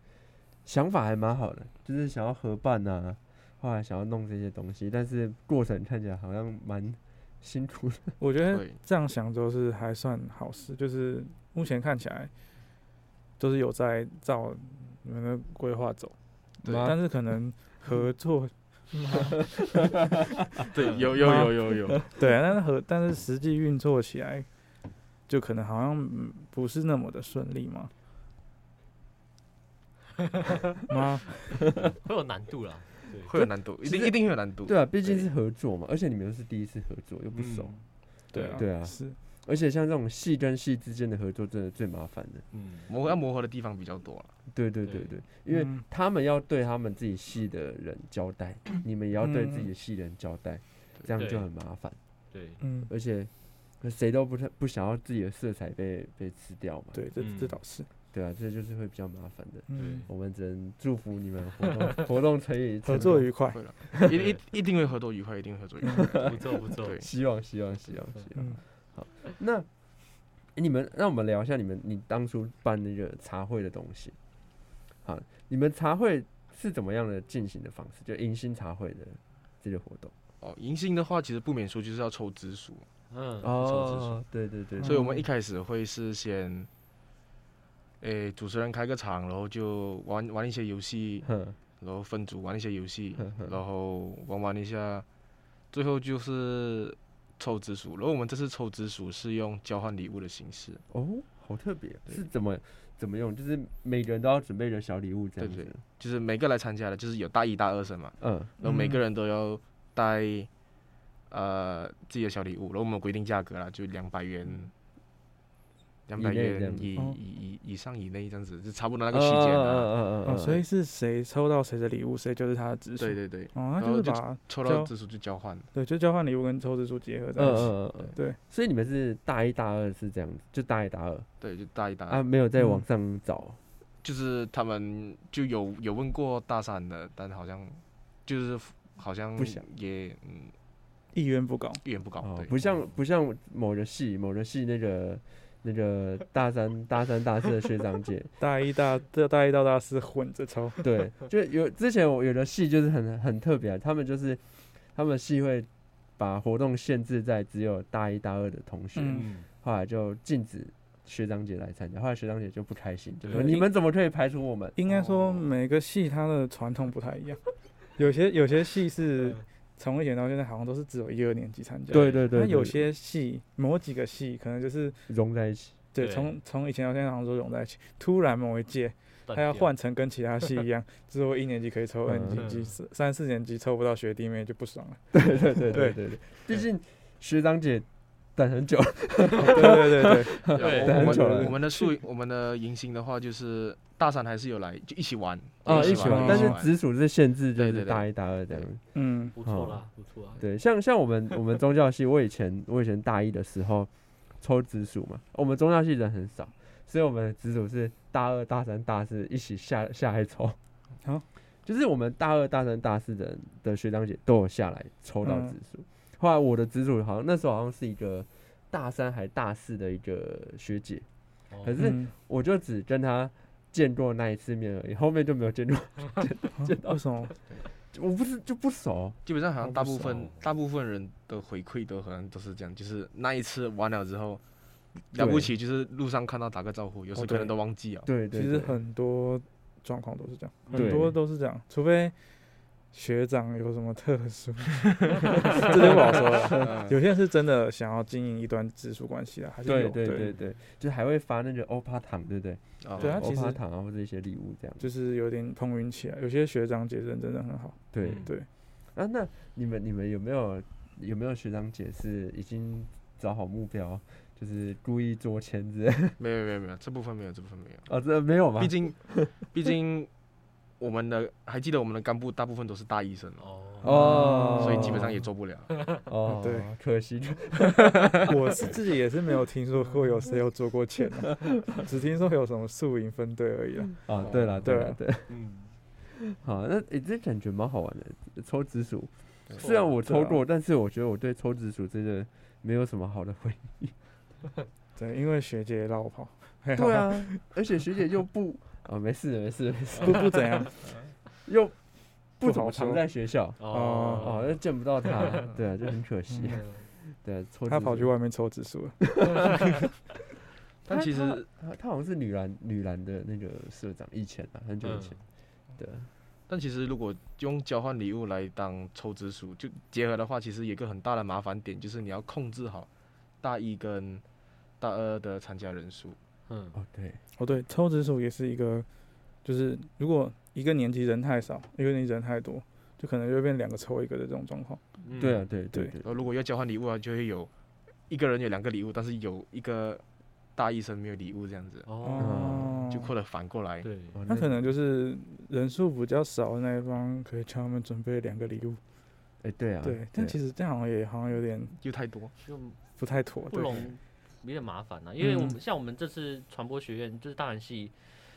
B: 想法还蛮好的，就是想要合办啊，后来想要弄这些东西，但是过程看起来好像蛮辛苦的。 <laughs>
D: 我觉得
E: 对，
D: 这样想都是还算好事，就是目前看起来都是有在照你们的规划走，
E: 对
D: 但是可能合作
E: 对，有有
D: 妈
E: 有有有，
D: 对啊，但是和但是实际运作起来，就可能好像嗯不是那么的顺利嘛。妈，
A: 会有难度啦。对，
E: 会有难度，一定一定会有难度。
B: 对啊，毕竟
E: 对
B: 是合作嘛，而且你们又是第一次合作，又不熟，
A: 嗯
D: 对啊，
B: 对啊
D: 是，
B: 而且像这种戏跟戏之间的合作，真的最麻烦的。
A: 嗯，
E: 磨合要磨合的地方比较多了。
B: 对对对
A: 对
B: 对，因为
D: 嗯
B: 他们要对他们自己系的人交代，你们也要对自己
D: 嗯
B: 的系人交代，这样就
A: 对
B: 很麻烦。
A: 对，
D: 嗯，
B: 而且谁都不太不想要自己的色彩被被吃掉嘛，
D: 对，这
A: 嗯
D: 这倒是，
B: 对啊，这就是会比较麻烦的。
D: 嗯，
B: 我们只能祝福你们活
D: <laughs>
B: 动活动成以
D: 合作
B: 愉，
D: 愉快，
E: 会了，一一一定会合作愉快，一定会合作愉快。
A: 不错不错。
E: 对
B: 希望希望希望希望。
D: 嗯，
B: 那、诶你们让我们聊一下你们你当初办那个茶会的东西。好，你们茶会是怎么样的进行的方式？就迎新茶会的这个活动。
E: 哦，银杏的话其实不免俗就是要抽支书，
D: <laughs>
A: 嗯，
B: 哦，对对对，
E: 所以我们一开始会是先，诶、主持人开个场，然后就玩玩一些游戏，
B: 哼
E: 然后分组玩一些游戏，
B: 哼哼
E: 然后玩玩一下，最后就是抽紫薯。然后我们这次抽紫薯是用交换礼物的形式，
B: 哦，好特别，
E: 对
B: 是怎么怎么用？就是每个人都要准备一个小礼物这样
E: 对
B: 子，
E: 就是每个来参加的，就是有大一、大二生嘛，
B: 嗯，
E: 然后每个
D: 嗯
E: 人都要带呃自己的小礼物，然后我们规定价格啦，就两百元。两百
B: 嗯以内这样
E: 元
B: 子
E: 以
D: 哦
E: 以以以上以内这样子，就差不多那个区间
B: 嗯
E: 啊。
B: 嗯嗯
D: 哦，所以是谁抽到谁的礼物，谁就是他的直属。
E: 对对对，
D: 哦，那
E: 然
D: 就
E: 后
D: 是
E: 就
D: 把
E: 抽
D: 交
E: 到紫薯就交换。
D: 对，就交换礼物跟抽蜘蛛结合在一
B: 嗯
D: 起。
B: 嗯嗯，
D: 对，
B: 所以你们是大一大二是这样子，就大一大二
E: 对，就大一大
B: 啊，
E: 二，
B: 没有在
D: 嗯
B: 网上找，
E: 就是他们就有有问过大三的，但好像就是好像
B: 不想
E: 也嗯
D: 意愿不高。
E: 意愿不高，
B: 哦
E: 嗯对，
B: 不像不像某个系某个系那个那个大三大三大四的学长姐，
D: 大一大这大一到大四混着抽。
B: <laughs> 对，就有之前我有的系就是很很特别啊，他们就是他们系会把活动限制在只有大一大二的同学，
D: 嗯
A: 嗯，
B: 后来就禁止学长姐来参加，后来学长姐就不开心，就
E: 对
B: 说你们怎么可以排除我们？
D: 应该说
E: 哦
D: 每个系它的传统不太一样，有些有些系是从以前到现在好像都是只有一二年级参加。
B: 嗯对对对
D: 那有
B: 对
D: 些系某几个系可能就是
B: 融在一起，
D: 对
A: 对
D: 从从以前到现在好像都融在一起，突然某一届
A: 断
D: 他要
A: 掉
D: 换成跟其他系一
B: <laughs>
D: 样，只有一年级可以抽，二年级
A: 嗯
D: 三三四年级抽不到学弟妹就
B: <laughs>
D: 不爽了。
B: 对对对对对对，毕竟学长姐等很久，
D: 对对对对， <laughs>
A: 对
E: 我
B: 很
E: 们
B: 久了
E: 我们的宿我们的迎新的话，就是大三还是有来就一起玩
B: 啊，
E: 一
B: 一起玩，
D: 玩
B: 但
E: 一起
B: 是直属是限制，就
E: 对
B: 是
E: 对对
B: 大一大二这样
E: 对。
D: 嗯，
A: 不错啦，不错啊，
B: 对，像像我们我们宗教系，我以前我以前大一的时候抽直属嘛，我们宗教系人很少，所以我们的直属是大二、大三、大四一起下下来抽。
D: 哦
B: 就是我们大二、大三、大四的人的学长姐都有下来抽到
D: 嗯
B: 直属。后来我的直属好像那时候好像是一个大三还大四的一个学姐，
A: 哦
B: 可是
D: 嗯
B: 我就只跟她见过那一次面而已，后面就没有见过，
D: 啊为什么？
B: 我不是就不熟。
E: 基本上好
D: 哦
E: 像大
D: 不
E: 部
D: 熟
E: 分大部分人的回馈都好像都是这样，就是那一次玩了之后，了不
B: 对
E: 起就是路上看到打个招呼，有时
D: 哦
E: 可能
D: 对
E: 都忘记了。
B: 对对
D: 其实
B: 对
D: 很多状况都是这样，
B: 对
D: 很多都是这样，除非学长有什么特殊，这就不好说了。
E: 嗯
D: <laughs> 有些人是真的想要经营一段直属关系的，还是有
B: 对对
D: 对
B: 对对，就还会发那个欧帕糖，对不对？
E: 哦
D: 对啊它
B: 欧
D: 其
B: 帕
D: 实嗯
B: 糖啊，或者一些礼物这样。
D: 就是有点碰运气啊。有些学长姐人真的很
B: <laughs>
D: 好，
B: 对
A: 嗯
D: 对，
B: 啊，那你们你们有没有有没有学长姐是已经找好目标，就是故意捉签子？
E: 没有没有没有，这部分没有这部分没有。
B: <laughs> 哦，这没有吗
E: 毕？竟， <laughs> 毕竟我们的还记得我们的干部大部分都是大医生哦，
A: 哦，
B: 哦，
E: 所以基本上也做不了。
B: 哦，
D: 对，
B: 可
D: <laughs>
B: 惜。
D: 我是自己也是没有听说过有谁有做过钱、
B: <laughs>
D: 啊，只听说有什么宿营分队而已啦。
B: 啊，对了对了
D: 哦对
B: 对，
A: 嗯，
B: 好，那诶，这感觉蛮好玩的，抽紫薯。
E: 对
B: 虽然我
D: 对
B: 抽
D: 啊
B: 过，但是我觉得我对抽紫薯真的没有什么好的回忆。
D: 对，因为学姐绕跑，
B: 对，啊，而且学姐又不啊，没事没事没 <laughs> 事，
D: 不 <laughs> 不怎样，
B: 又不
D: 不
B: 怎
D: 好
B: 么常
D: 说
B: 在学校。哦，
A: 哦，
B: 又见不到他， <laughs> 对啊，就很可惜。
A: 嗯
B: 对啊，抽
D: 她
B: 脂
D: 跑
B: 肪
D: 去，外面抽指数了。
E: 但其实
B: 哎他他好像是女篮女篮的那个社长，以前啊，很久
A: 嗯
B: 以前。
D: 嗯
B: 对啊，
E: 但其实如果用交换礼物来当抽支数就结合的话，其实有一个很大的麻烦点就是你要控制好大一跟大二的参加人数。
A: 嗯，
B: 哦对，
D: 哦，对，抽指数也是一个，就是如果一个年级人太少，一个年级人太多，就可能就会变两个抽一个的这种状况。
A: 嗯
B: 对啊，，对对
D: 对
B: 对
E: 然，后如果要交换礼物啊，就会有一个人有两个礼物，但是有一个大医生没有礼物这样子，
A: 哦，
B: 嗯
E: 就或者反过来。
A: 对，
B: 哦
D: 那可能就是人数比较少的那一方，可以叫他们准备两个礼物。
B: 哎对啊，
D: 对，但其
B: 实
D: 实这样好像也好像有点
E: 又太多，
A: 就
D: 不太妥。
A: 不
D: 对，
A: 容有点麻烦呐、啊因为我们、
D: 嗯
A: 像我们这次传播学院就是大韩系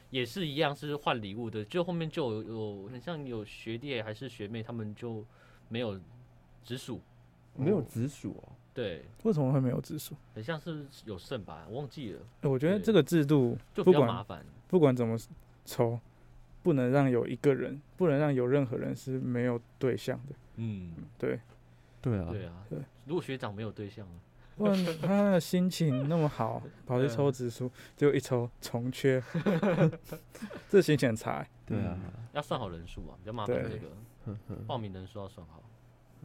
A: 也是一样是换礼物的，就后面就有有很像有学弟还是学妹他们就没有直属，
B: 没有紫薯哦，
A: 对，
D: 为什么会没有指数？
A: 很像是有剩吧，我忘记了，
D: 哎我觉得
A: 对
D: 这个制度
A: 就
D: 不
A: 比较
D: 管
A: 麻烦。
D: 不管怎么抽，不能让有一个人，不能让有任何人是没有对象的。
A: 嗯，
D: 对，
B: 对啊，
A: 对啊
D: 对，
A: 如果学长没有对象呢， <laughs>
D: 不然他的啊心情那么好，跑去抽指数，结果一抽重
A: <laughs>
D: 缺，这心情很差欸。
B: 对啊，
A: 要算好人数啊，比较麻烦
D: 对
A: 这个
B: 呵呵
A: 报名人数要算好。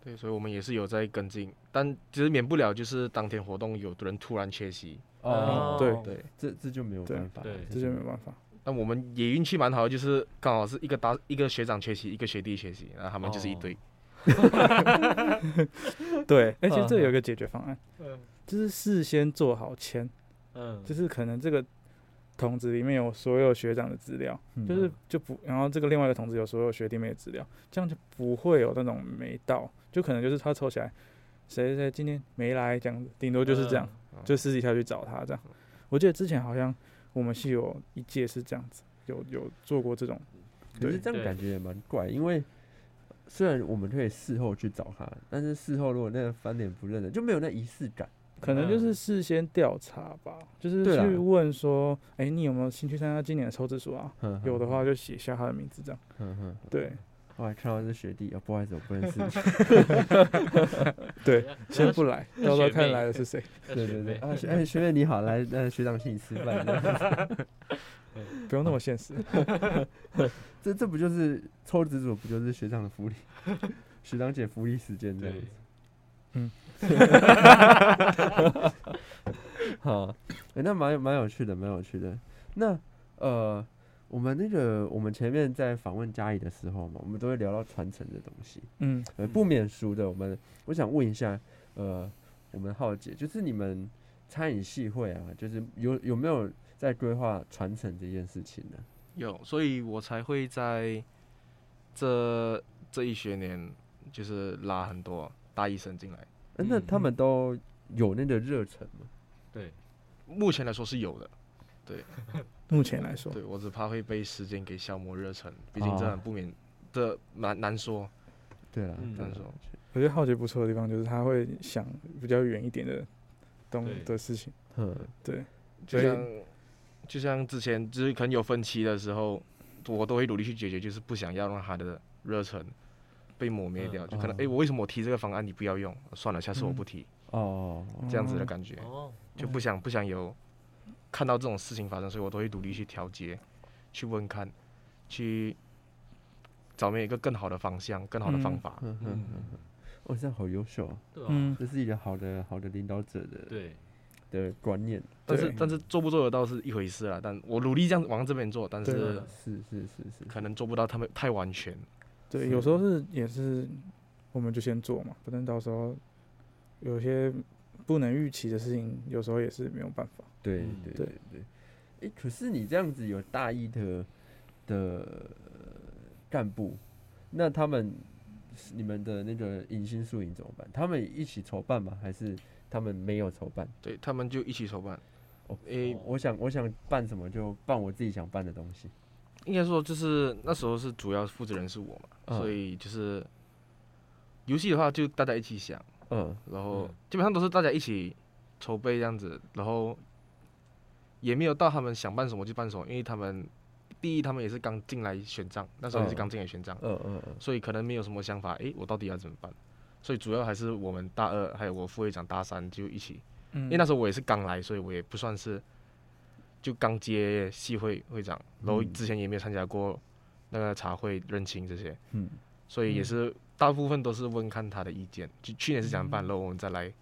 E: 对，所以我们也是有在跟进，但其实免不了就是当天活动有人突然缺席，
B: 哦，
D: 对
E: 对，
B: 这这就没有
D: 对
B: 办法了，
A: 对
D: 这就没办法。
E: 但我们也运气蛮好的，就是刚好是一个搭一个学长缺席，一个学弟缺席，然后他们就是一
A: 哦
E: 堆。
D: 对，而
A: 嗯
D: 且
A: 嗯
D: 这有一个解决方案，
A: 嗯
D: 就是事先做好签，
A: 嗯，
D: 就是可能这个筒子里面有所有学长的资料，
B: 嗯
D: 就是就不，然后这个另外一个筒子有所有学弟妹的资料，这样就不会有那种没到，就可能就是他抽起来，谁谁谁今天没来这样子，顶多就是这样，
A: 呃
E: 嗯
D: 就私底下去找他这样。我记得之前好像我们系有一届是这样子，有有做过这种，
B: 可是
D: 对
B: 这样
A: 对
B: 感觉也蛮怪，因为虽然我们可以事后去找他，但是事后如果那个翻脸不认人，就没有那仪式感。
D: 可能就是事先调查吧，就是
B: 对啦
D: 去问说，哎、你有没有兴趣参加今年的抽字数啊？
B: 呵呵
D: 有的，话就写下他的名字这样。
B: 呵呵
D: 对
B: 我还看到是学弟，啊，不好意思，我不认
A: <laughs>
B: 识你。
D: 对，
A: 要
D: 先不来，
A: 那
D: 到时
A: 学
D: 候
A: 妹
D: 看来的是谁，
A: 要
B: 对
A: 学
B: 对
A: 妹
B: 对，啊学哎学妹你好，来那学长请你吃饭这样。
D: 不用那么现实。
B: 这这不就是抽职组不就是学长的福利， <laughs> 学长姐福利时间这样
A: 对
B: 子。
D: 嗯，
B: <laughs> 好，哎那蛮有蛮有趣的，蛮有趣的。那呃，我们那个我们前面在访问嘉义的时候嘛，我们都会聊到传承的东西，
D: 嗯，
B: 呃，不免俗的。我们我想问一下，呃，我们浩姐，就是你们餐饮系会啊，就是有有没有在规划传承这件事情呢？
E: 有，所以我才会在这这一学年就是拉很多大一生进来。
B: 呃那
A: 嗯
B: 他们都有那个热忱吗？
A: 对，
E: 目前来说是有的，
D: 目前来说，
E: 对我只怕会被时间给消磨热忱，毕竟这
B: 哦
E: 很不免，这难难说。
B: 对啦，
A: 嗯
B: 对
E: 难
B: 啦
E: 说
D: 我觉得浩杰不错的地方就是他会想比较远一点的东
A: 对
D: 的事情。
B: 嗯，
D: 对，
E: 就
D: 所以
E: 像就像之前就是可能有分歧的时候，我都会努力去解决，就是不想要让他的热忱被抹灭掉。
B: 嗯
E: 就可能
B: 哦
E: 诶，我为什么我提这个方案你不要用？算了，下嗯次我不提，
B: 哦，
E: 这样子的感觉，
A: 哦，
E: 就不想不想有看到这种事情发生，所以我都会努力去调节，去问看，去找面一个更好的方向、更好的方
D: 嗯
E: 法。
B: 嗯哼哼哼，哦，这样好优秀、啊，
A: 对啊，
D: 嗯，
B: 这是一个好的好的领导者的
A: 对，
B: 的观念，
E: 但是
D: 对
E: 但是做不做得到是一回事啦，但我努力这样往这边做，但
B: 啊
D: 对
E: 是
B: 是是是是，
E: 可能做不到他们太完全。
D: 对，
B: 是
D: 有时候是也是我们就先做嘛，不然到时候有些不能预期的事情，有时候也是没有办法。
B: 对
A: 嗯
B: 对
D: 对
B: 对对，哎、可是你这样子有大一的的呃干部，那他们你们的那个迎新宿营怎么办？他们一起筹办吗？还是他们没有筹办？
E: 对他们就一起筹办
B: 哦。
E: 诶、
A: 哦
B: 我想我想办什么就办我自己想办的东西，
E: 应该说就是那时候是主要负责人是我嘛，
B: 嗯
E: 所以就是游戏的话就大家一起想，
B: 嗯，
E: 然后
A: 嗯
E: 基本上都是大家一起筹备这样子，然后也没有到他们想办什么就办什么，因为他们第一他们也是刚进来选账，那时候也
B: 嗯
E: 是刚进来选账，
B: 嗯嗯嗯，
E: 所以可能没有什么想法，诶，我到底要怎么办？所以主要还是我们大二还有我副会长大三就一起，
D: 嗯，
E: 因为那时候我也是刚来，所以我也不算是就刚接系会会长，然后
B: 嗯
E: 之前也没有参加过那个茶会、认亲这些，
B: 嗯，
E: 所以也
D: 嗯
E: 是大部分都是问看他的意见。就去年是想办，
D: 嗯
E: 然后我们再来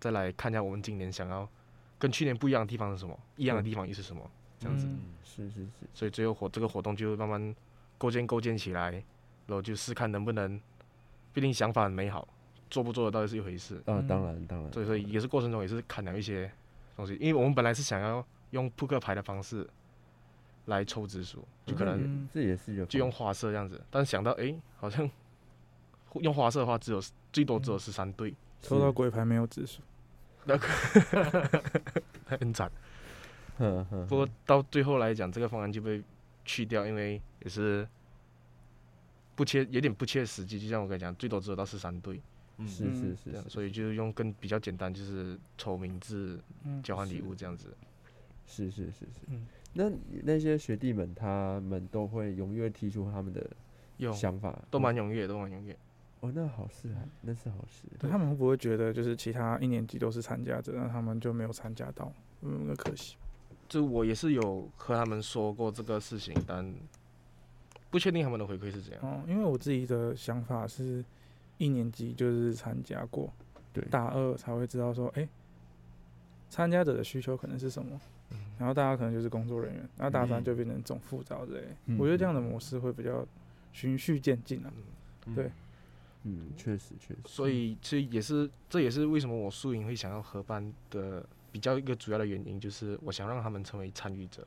E: 再来看一下我们今年想要跟去年不一样的地方是什么，一样的
B: 嗯
E: 地方又是什么，这样子。
D: 嗯
B: 是是是，
E: 所以最后活这个活动就慢慢构建构建起来，然后就试看能不能，毕竟想法很美好，做不做得到是一回事。
B: 啊，当
D: 嗯
B: 然当然，
E: 所以说也是过程中也是砍了一些东西，因为我们本来是想要用扑克牌的方式来抽紫薯，就可能
D: 嗯
B: 这也是一个方
E: 就用花色这样子，但是想到诶，好像用花色的话只有最多只有
D: 嗯
E: 十三对， <laughs>
D: 抽
B: 嗯
D: 到鬼牌没有指数，
E: 很惨。
B: 哼哼，
E: 不过到最后来讲，这个方案就被去掉，因为也是不切有点不切实际，就像我跟你讲，最多只有到十三对
A: 嗯
B: 是
D: 嗯
B: 是
E: 这
B: 是
E: 样，
B: 是，
E: 所以就是用更比较简单，就是抽名字、
D: 嗯，
E: 交换礼
B: 是
E: 物这样子。
B: 是是是是。
D: 嗯
B: 那你那些学弟们，他们都会踊跃提出他们的
E: 用
B: 想法，
E: 都
B: 或
E: 蛮
B: 者
E: 踊跃，都蛮踊跃。
B: 哦，哦，那好事啊，那是好事。
D: 对他们会不会觉得就是其他一年级都是参加者，那他们就没有参加到，嗯，那可惜。
E: 就我也是有和他们说过这个事情，但不确定他们的回馈是怎样。
D: 哦，因为我自己的想法是，一年级就是参加过，
B: 对
D: 大二才会知道说，哎、参加者的需求可能是什么，然后大家可能就是工作人员，然后大三
B: 嗯
D: 就变成总副招之类。
B: 嗯
D: 我觉得这样的模式会比较循序渐进啊。对
B: 嗯，确实确实，
E: 所以其实也是，这也是为什么我素营会想要合办的比较一个主要的原因，就是我想让他们成为参与者，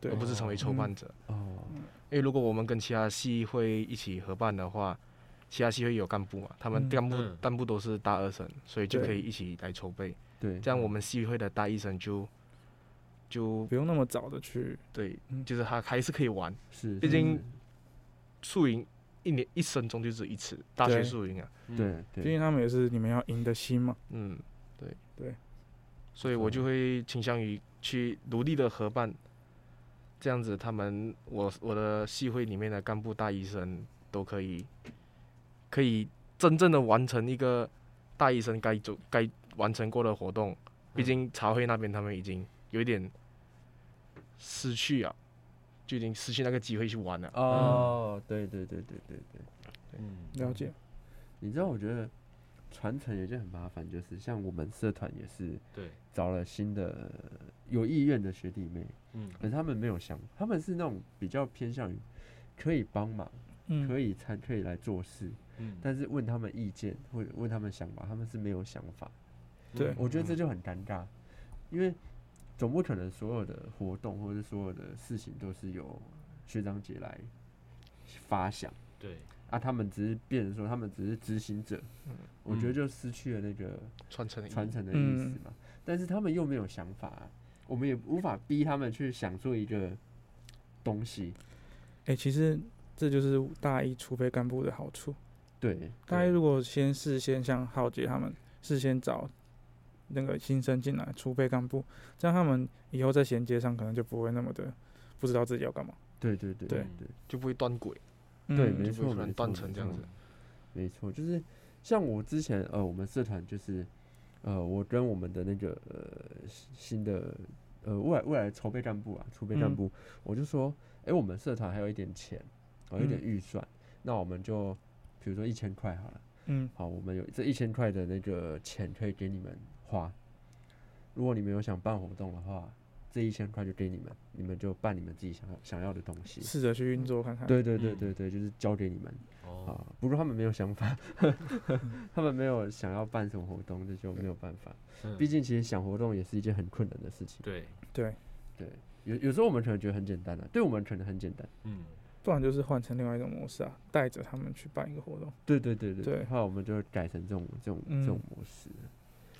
D: 对
E: 而不是成为筹办者。
B: 哦，
E: 因为如果我们跟其他系会一起合办的话，其他系会有干部嘛，他
D: 嗯
E: 们干部、
A: 嗯
E: 干部都是大二生，所以就
D: 对
E: 可以一起来筹备。
B: 对，
E: 这样我们系会的大一生就就
D: 不用那么早的去，
E: 对
D: 嗯，
E: 就是他还是可以玩
B: 是，
E: 毕
B: 是
E: 竟宿营，一年一生中就只有一次大
D: 对
E: 学宿营啊。
A: 嗯
B: 对
D: 毕
B: 对，
D: 竟他们也是你们要赢得心嘛。
E: 嗯，对
D: 对，
E: 所以我就会倾向于去努力的合办，这样子他们我我的系会里面的干部大医生都可以，可以真正的完成一个大医生该做该完成过的活动。毕
D: 嗯
E: 竟茶会那边他们已经有一点失去啊，就已经失去那个机会去玩了。嗯
B: 哦，对对对对对对，
A: 嗯，
D: 了解，
B: 你知道我觉得传承有一件很麻烦，就是像我们社团也是
A: 对，
B: 找了新的有意愿的学弟妹，
A: 嗯，
B: 可是他们没有想，他们是那种比较偏向于可以帮忙、
D: 嗯，
B: 可以参、可以来做事，
A: 嗯，
B: 但是问他们意见或者问他们想法，他们是没有想法。
D: 对
B: 我觉得这就很尴尬，因为总不可能所有的活动或者所有的事情都是由学长姐来发想。
A: 对，
B: 啊，他们只是变成说，他们只是执行者，我觉得就失去了那个
E: 传承的意义
B: 传承的意思
D: 嗯
B: 嘛。但是他们又没有想法、啊，我们也无法逼他们去想做一个东西。
D: 哎、其实这就是大一储备干部的好处。
B: 对，
D: 大家如果先事先像浩杰他们事先找那个新生进来储备干部，这样他们以后在衔接上可能就不会那么的不知道自己要干嘛。
B: 对对对
D: 对
B: 对
E: 就不会断轨，
B: 对，
D: 嗯
B: 没
E: 就不
B: 错，
E: 会突然
B: 没
E: 断
B: 错
E: 层
B: 没
E: 这样
B: 错
E: 子。
B: 没错，就是像我之前呃，我们社团就是呃，我跟我们的那个呃新新的呃未来未来筹备干部啊，储备干
D: 嗯
B: 部，我就说，哎、我们社团还有一点钱，哦，有一点
D: 嗯
B: 预算，那我们就比如说一千块好了，
D: 嗯
B: 好，我们有这一千块的那个钱可以给你们花，如果你们有想办活动的话，这一千块就给你们，你们就办你们自己想要想要的东西。
D: 试着去运作看看。，
B: 对对对
A: 嗯
B: 对对，就是交给你们。
A: 哦，
B: 啊，不过他们没有想法， <laughs> 他们没有想要办什么活动，这就没有办法。
A: 嗯
B: 毕竟其实想活动也是一件很困难的事情。
A: 对，
B: 对，有有时候我们可能觉得很简单啊，对我们可能很简单。
A: 嗯，
D: 不然就是换成另外一种模式啊，带着他们去办一个活动。
B: 对对对对
D: 对
B: 后来我们就会改成这种这种、这种模式。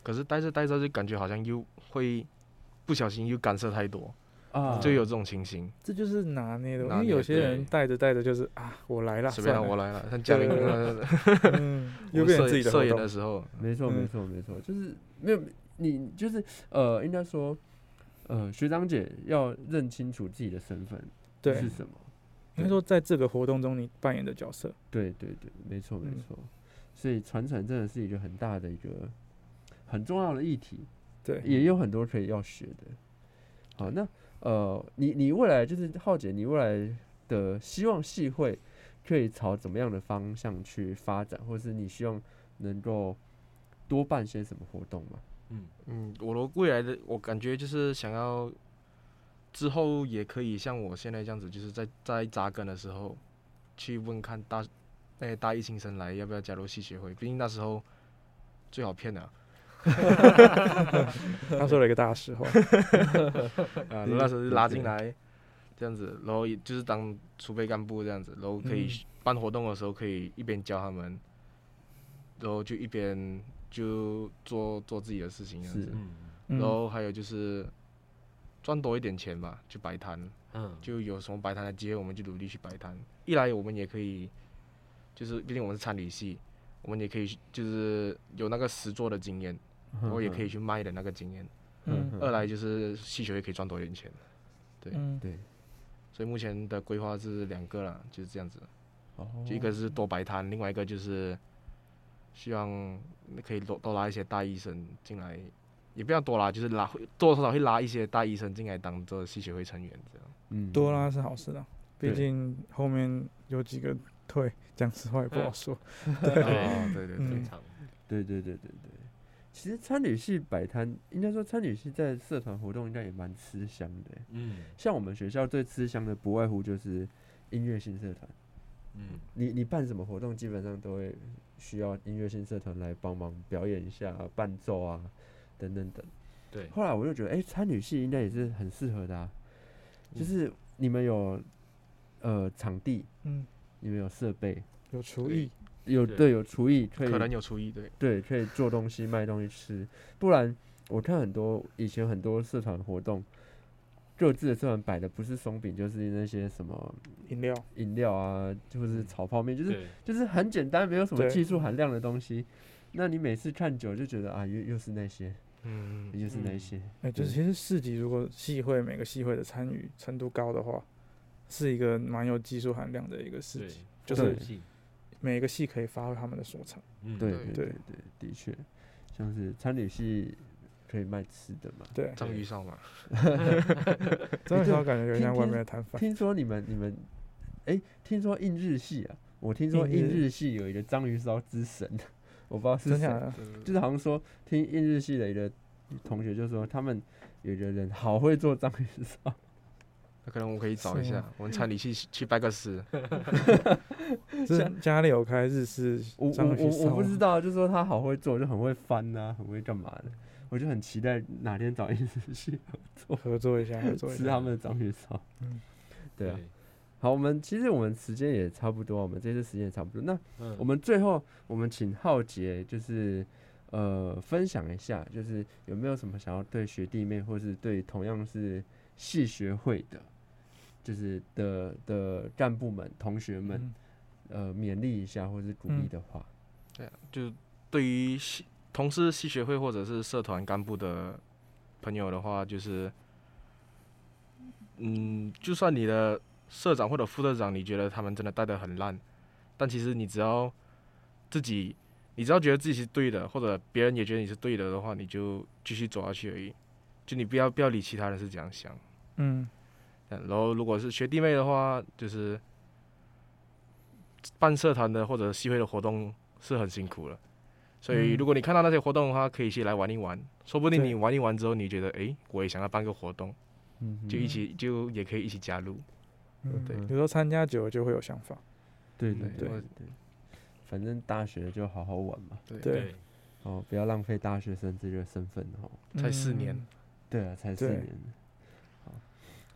E: 可是待着待着就感觉好像又会不小心又干涉太多，
B: 啊，
E: 就有这种情形。
D: 这就是拿捏的，因
E: 拿
D: 为
E: 捏
D: 有些人
A: 对
D: 带着带着就是啊，我来了，
E: 随便啦，
D: 算了
E: 我来了。像嘉玲，
D: 对
E: 呃
D: 嗯，
E: 我
D: 又变
E: 们
D: 成
E: 摄
D: 自己的
E: 摄
D: 活
E: 影
D: 动
E: 的。时候，
B: 没错没
D: 嗯
B: 错没错，就是没有你就是呃，应该说呃，学长姐要认清楚自己的身份
D: 对
B: 是，什么。
D: 应该说在这个活动中你扮演的角色，
B: 对对对，没错没
D: 嗯
B: 错。所以传承真的是一个很大的一个很重要的议题，
D: 对，
B: 也有很多可以要学的。好，那呃，你你未来就是浩姐，你未来的希望系会可以朝怎么样的方向去发展，或是你希望能够多办些什么活动吗？
A: 嗯，
E: 嗯，我的未来的我感觉就是想要之后也可以像我现在这样子，就是在在扎根的时候去问看大那些大一新生来要不要加入系学会，毕竟那时候最好骗的啊，
D: 他说了一个大实话。
E: 啊那时候就拉进来这样子，然后也就是当储备干部这样子，然后可以
D: 嗯
E: 办活动的时候可以一边教他们，然后就一边就做做自己的事情这样
B: 是
E: 子。
A: 嗯，
D: 嗯
E: 然后还有就是赚多一点钱嘛，去摆摊，
A: 嗯，
E: 就有什么摆摊的机会，我们就努力去摆摊。一来我们也可以，就是毕竟我们是餐旅系，我们也可以去就是有那个实做的经验，然后也可以去卖的那个经验。
D: 嗯
E: 二来就是系学也可以赚多一点钱，对
D: 嗯，
B: <laughs> 对，
E: 所以目前的规划是两个啦，就是这样子，
B: 哦，
E: 就一个是多摆摊，另外一个就是希望可以多多拉一些大医生进来，也不要多拉，就是拉会多多少少会拉一些大医生进来当做系学会成员这样。
B: 嗯，
D: 多啦是好事啦，毕
B: 对
D: 竟后面有几个退，讲实话也不好说。
E: 哦，对对对，
A: 正
D: 嗯
A: 常。
B: 对对对对对，其实餐旅系摆摊，应该说餐旅系在社团活动应该也蛮吃香的欸。
E: 嗯
B: 像我们学校最吃香的不外乎就是音乐性社团，
E: 嗯，
B: 你你办什么活动，基本上都会需要音乐性社团来帮忙表演一下、伴奏啊，等等等。
A: 对
B: 后来我就觉得，哎、参与系应该也是很适合的啊，就是你们有呃场地，
D: 嗯，
B: 你们有设备，
D: 有厨艺，
B: 有
A: 对
B: 对有厨艺，可以
E: 可能有厨艺，对，
B: 对可以做东西卖东西吃，不然我看很多以前很多社团活动。各自的社团摆的不是松饼，就是那些什么
D: 饮料，
B: 饮料啊，
E: 嗯
B: 就是炒泡面，就是
A: 对，
B: 就是很简单，没有什么
D: 对
B: 技术含量的东西。那你每次看久就觉得啊，又又是那些，
E: 嗯
B: 又是那些。
D: 哎、就是其实市集如果系会每个系会的参与程度高的话，是一个蛮有技术含量的一个市
A: 对
D: 集，，就
B: 对
D: 是每个系可以发挥他们的所长。
A: 嗯，
B: 对
E: 对
B: 对对对，的确，像是餐旅系可以卖吃的嘛。
D: 对，
E: 章鱼烧嘛，
D: 真的
B: 对
D: 感觉有点
B: 偏
D: 像外
B: 偏
D: 面的摊贩。
B: 听说你们你们，哎、听说印日系啊，我听说
D: 印
B: 印
D: 日
B: 日系有一个章鱼烧之神， <laughs> 我不知道是
D: 真假
B: 谁，
D: 的？
B: 就是好像说听印日系的一个同学就说他们有一个人好会做章鱼
D: <laughs>
B: 烧，
E: 那可能我可以找一
D: 是
E: 下
D: 吗，
E: 我们餐里去去拜个师，
D: 是家里有开日式
B: 我我
D: 章鱼
B: 我我
D: 烧
B: 不知
D: 吗，
B: 道，就说他好会做，就很会翻呐、很会干嘛的。我就很期待哪天找印日系
D: 合作一下，合作一
B: 吃
D: 下
B: 他。们的章鱼烧。
D: 嗯
B: 对啊。好，我们其实我们时间也差不多，我们这次时间也差不多。那
A: 嗯
B: 我们最后，我们请浩杰就是呃分享一下，就是有没有什么想要对学弟妹，或是对同样是系学会的，就是的的干部们、同学们，
D: 嗯
B: 呃勉励一下，或是鼓励
D: 嗯
B: 的话。
E: 对啊，就对于系同事系学会或者是社团干部的朋友的话，就是，嗯，就算你的社长或者副社长，你觉得他们真的带的很烂，但其实你只要自己，你只要觉得自己是对的，或者别人也觉得你是对的的话，你就继续走下去而已。就你不要不要理其他人是怎样想。
D: 嗯，
E: 嗯，然后如果是学弟妹的话，就是办社团的或者系会的活动是很辛苦了，所以
D: 嗯
E: 如果你看到那些活动的话，可以去来玩一玩，说不定
D: 对
E: 你玩一玩之后，你觉得诶，我也想要办个活动，
B: 嗯哼，
E: 就一起就也可以一起加入。
D: 嗯
E: 对
D: 有时候参加久了就会有想法。
B: 对对
E: 嗯
B: 对
E: 对
B: 对对，反正大学就好好玩嘛，
D: 对，，
B: 哦，不要浪费大学生这个身份哦。
E: 才四年
D: 嗯
B: 对啊，才四
D: 对
B: 年呢。好，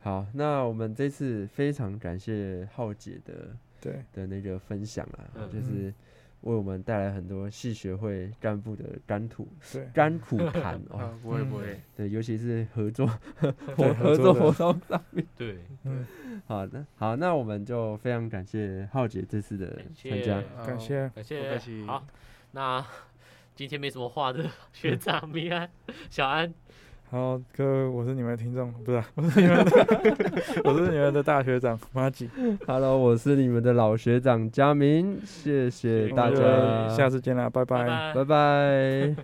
B: 好，那我们这次非常感谢浩姐的
D: 对，
B: 的那个分享啊，
A: 嗯
B: 就是为我们带来很多系学会干部的甘苦 <laughs>
D: 对
B: 甘苦谈哦，
E: 啊，不会不
D: 嗯
E: 会，
B: 对，尤其是合作
D: 对
B: 活合
D: 合
B: 作
D: 作
B: 活
D: 的
B: 动上面。
A: 对，
D: 嗯，
B: 好的，好，那我们就非常感谢浩姐这次的
A: 感
B: 参
A: 谢
B: 加。
D: 感谢。
A: 感
E: 不客
A: 谢
E: 气。
A: 好，那 <laughs> 今天没什么话的学
B: <laughs>
A: 长明安、小安，
D: 好，各位，我是你们的听众，
B: <laughs>
D: 不是啊、我是你们的，我是你们的大学长马吉。
B: Hello，我是你们的老学长佳明，谢谢
A: 谢谢
B: 大
D: 我
A: 各
D: 们
A: 位
B: 家，
D: 就下次见啦，拜
A: 拜拜
B: 拜拜。